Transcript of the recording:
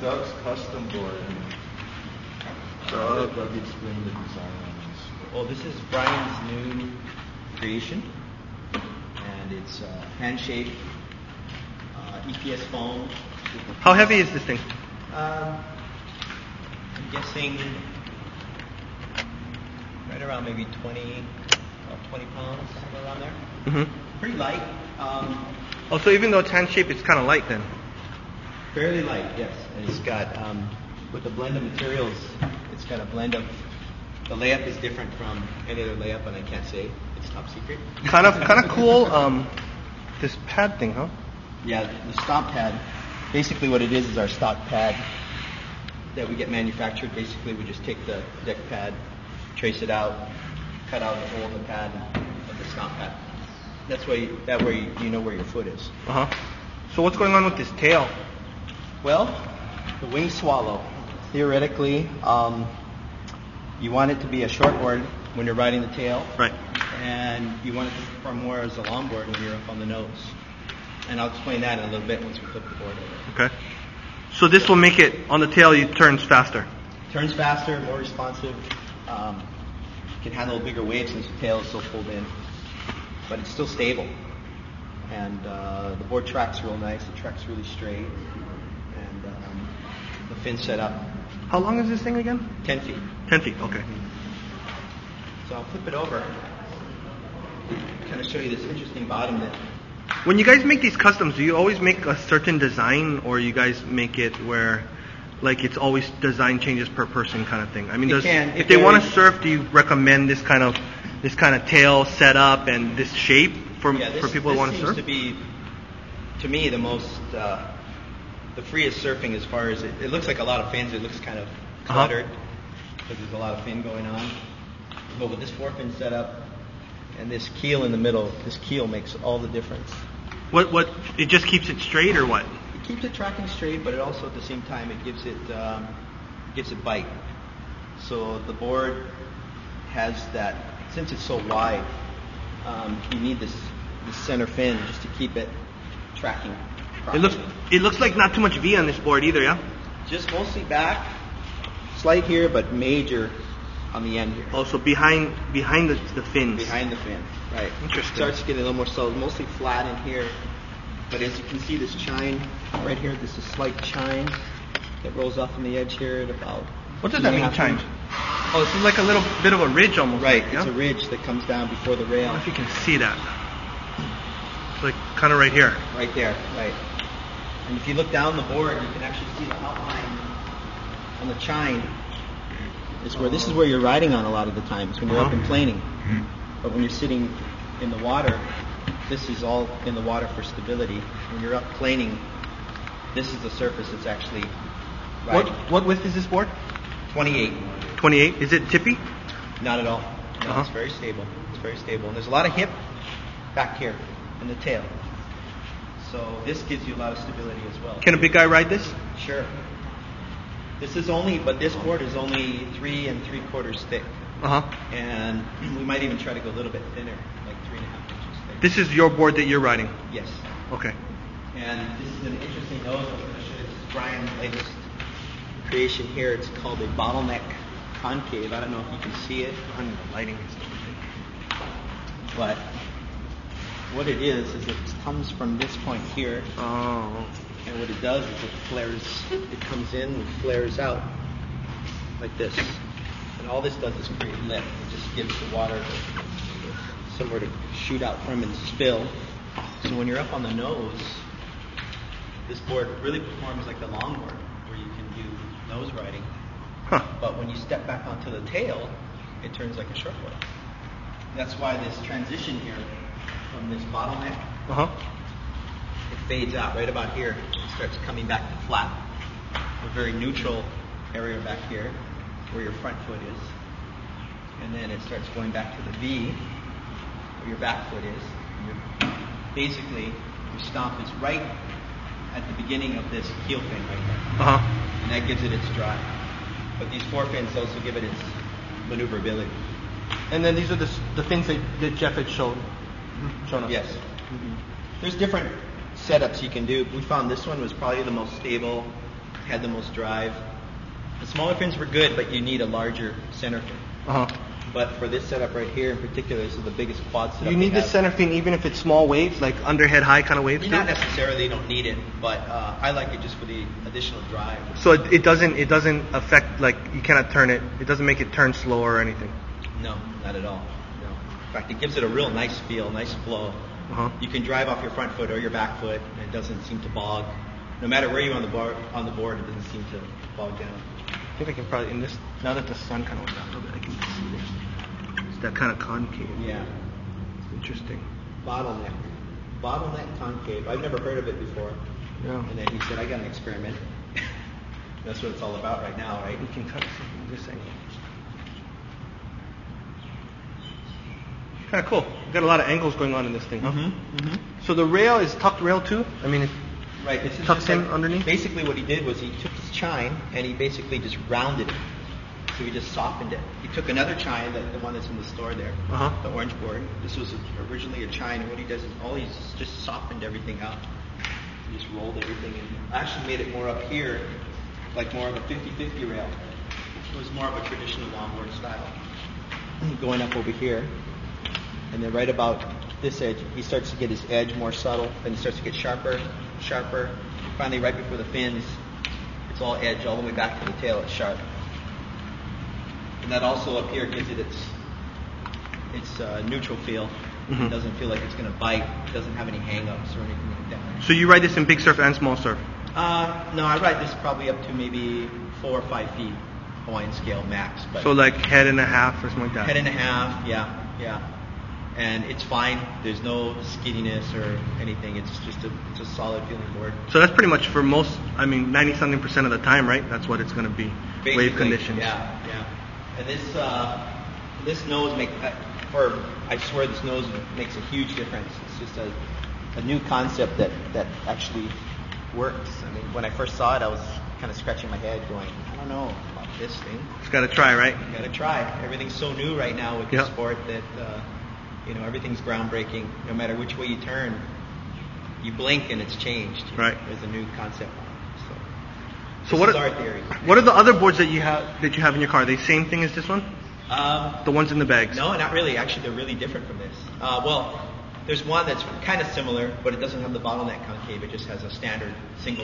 Doug's custom board. So I'll let Doug explain the design on this. Well, this is Brian's new creation, and it's uh, hand-shaped uh, EPS foam. How heavy is this thing? Um, I'm guessing right around maybe 20, uh, 20 pounds, somewhere around there. hmm Pretty light, um, Oh, so even though it's hand shaped, it's kind of light then. fairly light, yes. And it's got um, with the blend of materials, it's got a blend of. The layup is different from any other layup, and I can't say it's top secret. Kind of, kind of cool. Um, this pad thing, huh? Yeah, the stock pad. Basically, what it is is our stock pad that we get manufactured. Basically, we just take the deck pad, trace it out, cut out the hole in the pad of the stock pad. That's why you, that way you, you know where your foot is. Uh huh. So what's going on with this tail? Well, the wing swallow. Theoretically, um, you want it to be a short board when you're riding the tail. Right. And you want it to perform more as a long board when you're up on the nose. And I'll explain that in a little bit once we flip the board over. Okay. So this will make it on the tail. It turns faster. turns faster, more responsive, um, can handle bigger waves since the tail is still pulled in, but it's still stable. And uh, the board tracks real nice. It tracks really straight, and um, the fin set up How long is this thing again? 10 feet. Ten feet. Okay. So I'll flip it over, kind of show you this interesting bottom that When you guys make these customs, do you always make a certain design, or you guys make it where, like, it's always design changes per person kind of thing? I mean, It does, can. if It they want to varies. surf, do you recommend this kind of this kind of tail setup and this shape for yeah, this, for people who this want to seems surf? to be, to me, the most, uh, the freest surfing as far as it, it looks like a lot of fins. It looks kind of Uh-huh. cluttered because there's a lot of fin going on. But with this forefin setup and this keel in the middle, this keel makes all the difference. What what it just keeps it straight or what? It keeps it tracking straight, but it also at the same time it gives it um, gives it bite. So the board has that since it's so wide, um, you need this, this center fin just to keep it tracking. It properly. looks it looks like not too much V on this board either, yeah. just mostly back, slight here, but major on the end here. Also behind behind the, the fins. Behind the fin, right. Interesting. Starts getting a little more solid, mostly flat in here. But as you can see, this chine right here, this is slight chine that rolls off on the edge here at about. What two does that and a mean, half chine? inch. Oh, this is like a little bit of a ridge almost. Right, yeah? it's a ridge that comes down before the I don't rail, know if you can see that. It's like kind of right here. right there, right. And if you look down the board, you can actually see the outline on the chine. Is where this is where you're riding on a lot of the times when you're up Uh-huh. and planing. But when you're sitting in the water, this is all in the water for stability. When you're up planing, this is the surface that's actually What riding. what width is this board? 28. 28. Is it tippy? Not at all. No, Uh-huh. it's very stable. It's very stable. And there's a lot of hip back here in the tail. So this gives you a lot of stability as well. Can a big guy ride this? Sure. This is only, but this board is only three and three quarters thick. Uh huh. And we might even try to go a little bit thinner, like three and a half inches thick. This is your board that you're riding. yes. Okay. And this is an interesting nose. I'm going to show you. This is Brian's latest creation here. It's called a bottleneck concave. I don't know if you can see it on the lighting, but what it is is it comes from this point here. Oh. And what it does is it flares, it comes in and flares out like this. And all this does is create lift. It just gives the water somewhere to shoot out from and spill. So when you're up on the nose, this board really performs like the longboard where you can do nose riding. Huh. But when you step back onto the tail, it turns like a shortboard. That's why this transition here from this bottleneck Uh huh. it fades out right about here. It starts coming back to flat. A very neutral area back here where your front foot is. And then it starts going back to the V where your back foot is. And your- Basically, your stomp is right at the beginning of this heel fin right there. Uh huh. And that gives it its drive. But these forefins also give it its maneuverability. And then these are the s- the things that, that Jeff had shown shown us. Yes. There's different setups you can do. We found this one was probably the most stable, had the most drive. The smaller fins were good, but you need a larger center fin. Uh huh. But for this setup right here in particular, this is the biggest quad setup. You we need the have. center fin even if it's small waves, like underhead high kind of I waves. mean, too? not necessarily, you don't need it, but uh, I like it just for the additional drive. So it, it doesn't it doesn't affect like you cannot turn it. It doesn't make it turn slower or anything. No, not at all. No. In fact, it gives it a real nice feel, nice flow. Uh-huh. You can drive off your front foot or your back foot, and it doesn't seem to bog. No matter where you on the board, on the board, it doesn't seem to bog down. I think I can probably in this now that the sun kind of went down a little bit, I can see this. It's that kind of concave. Yeah. Interesting. Bottleneck. Bottleneck concave. I've never heard of it before. Yeah. And then he said, I got an experiment. That's what it's all about right now, right? We can kind of see from this angle. Kind of cool. We've got a lot of angles going on in this thing. huh? Mm-hmm. So the rail is tucked rail too. I mean, it, Right. This is Tucked just like- in underneath? Basically, what he did was he took his chine and he basically just rounded it. So he just softened it. He took another chine, that the one that's in the store there, Uh-huh. the orange board. This was originally a chine, and what he does is all he's just softened everything up. He just rolled everything in. Actually, made it more up here, like more of a 50-50 rail. It was more of a traditional longboard style, going up over here. And then right about this edge, he starts to get his edge more subtle, then he starts to get sharper, sharper. Finally, right before the fins, it's all edge all the way back to the tail. It's sharp. And that also up here gives it its its uh, neutral feel. Mhm. It doesn't feel like it's going to bite. It doesn't have any hang-ups or anything like that. so you ride this in big surf and small surf. Uh, no, I ride this probably up to maybe four or five feet Hawaiian scale max. But So like head and a half or something like that. Head and a half, yeah, yeah. And it's fine. There's no skinniness or anything. It's just a, it's a solid feeling board. So that's pretty much for most, I mean, 90 something percent of the time, right? That's what it's going to be. wave Basically, conditions. Yeah, yeah. And this uh, this nose make uh, for I swear this nose makes a huge difference. It's just a, a new concept that that actually works. I mean, when I first saw it, I was kind of scratching my head, going, I don't know about this thing. Just got to try, right? You gotta try. Everything's so new right now with Yeah. the sport that uh, you know everything's groundbreaking. No matter which way you turn, you blink and it's changed. You know, Right. There's a new concept. So, So This what is are our theory. what are the other boards that you have that you have in your car? Are they same thing as this one? um, The ones in the bags. no, not really. Actually, they're really different from this. Uh, well, there's one that's kind of similar, but it doesn't have the bottleneck concave. It just has a standard single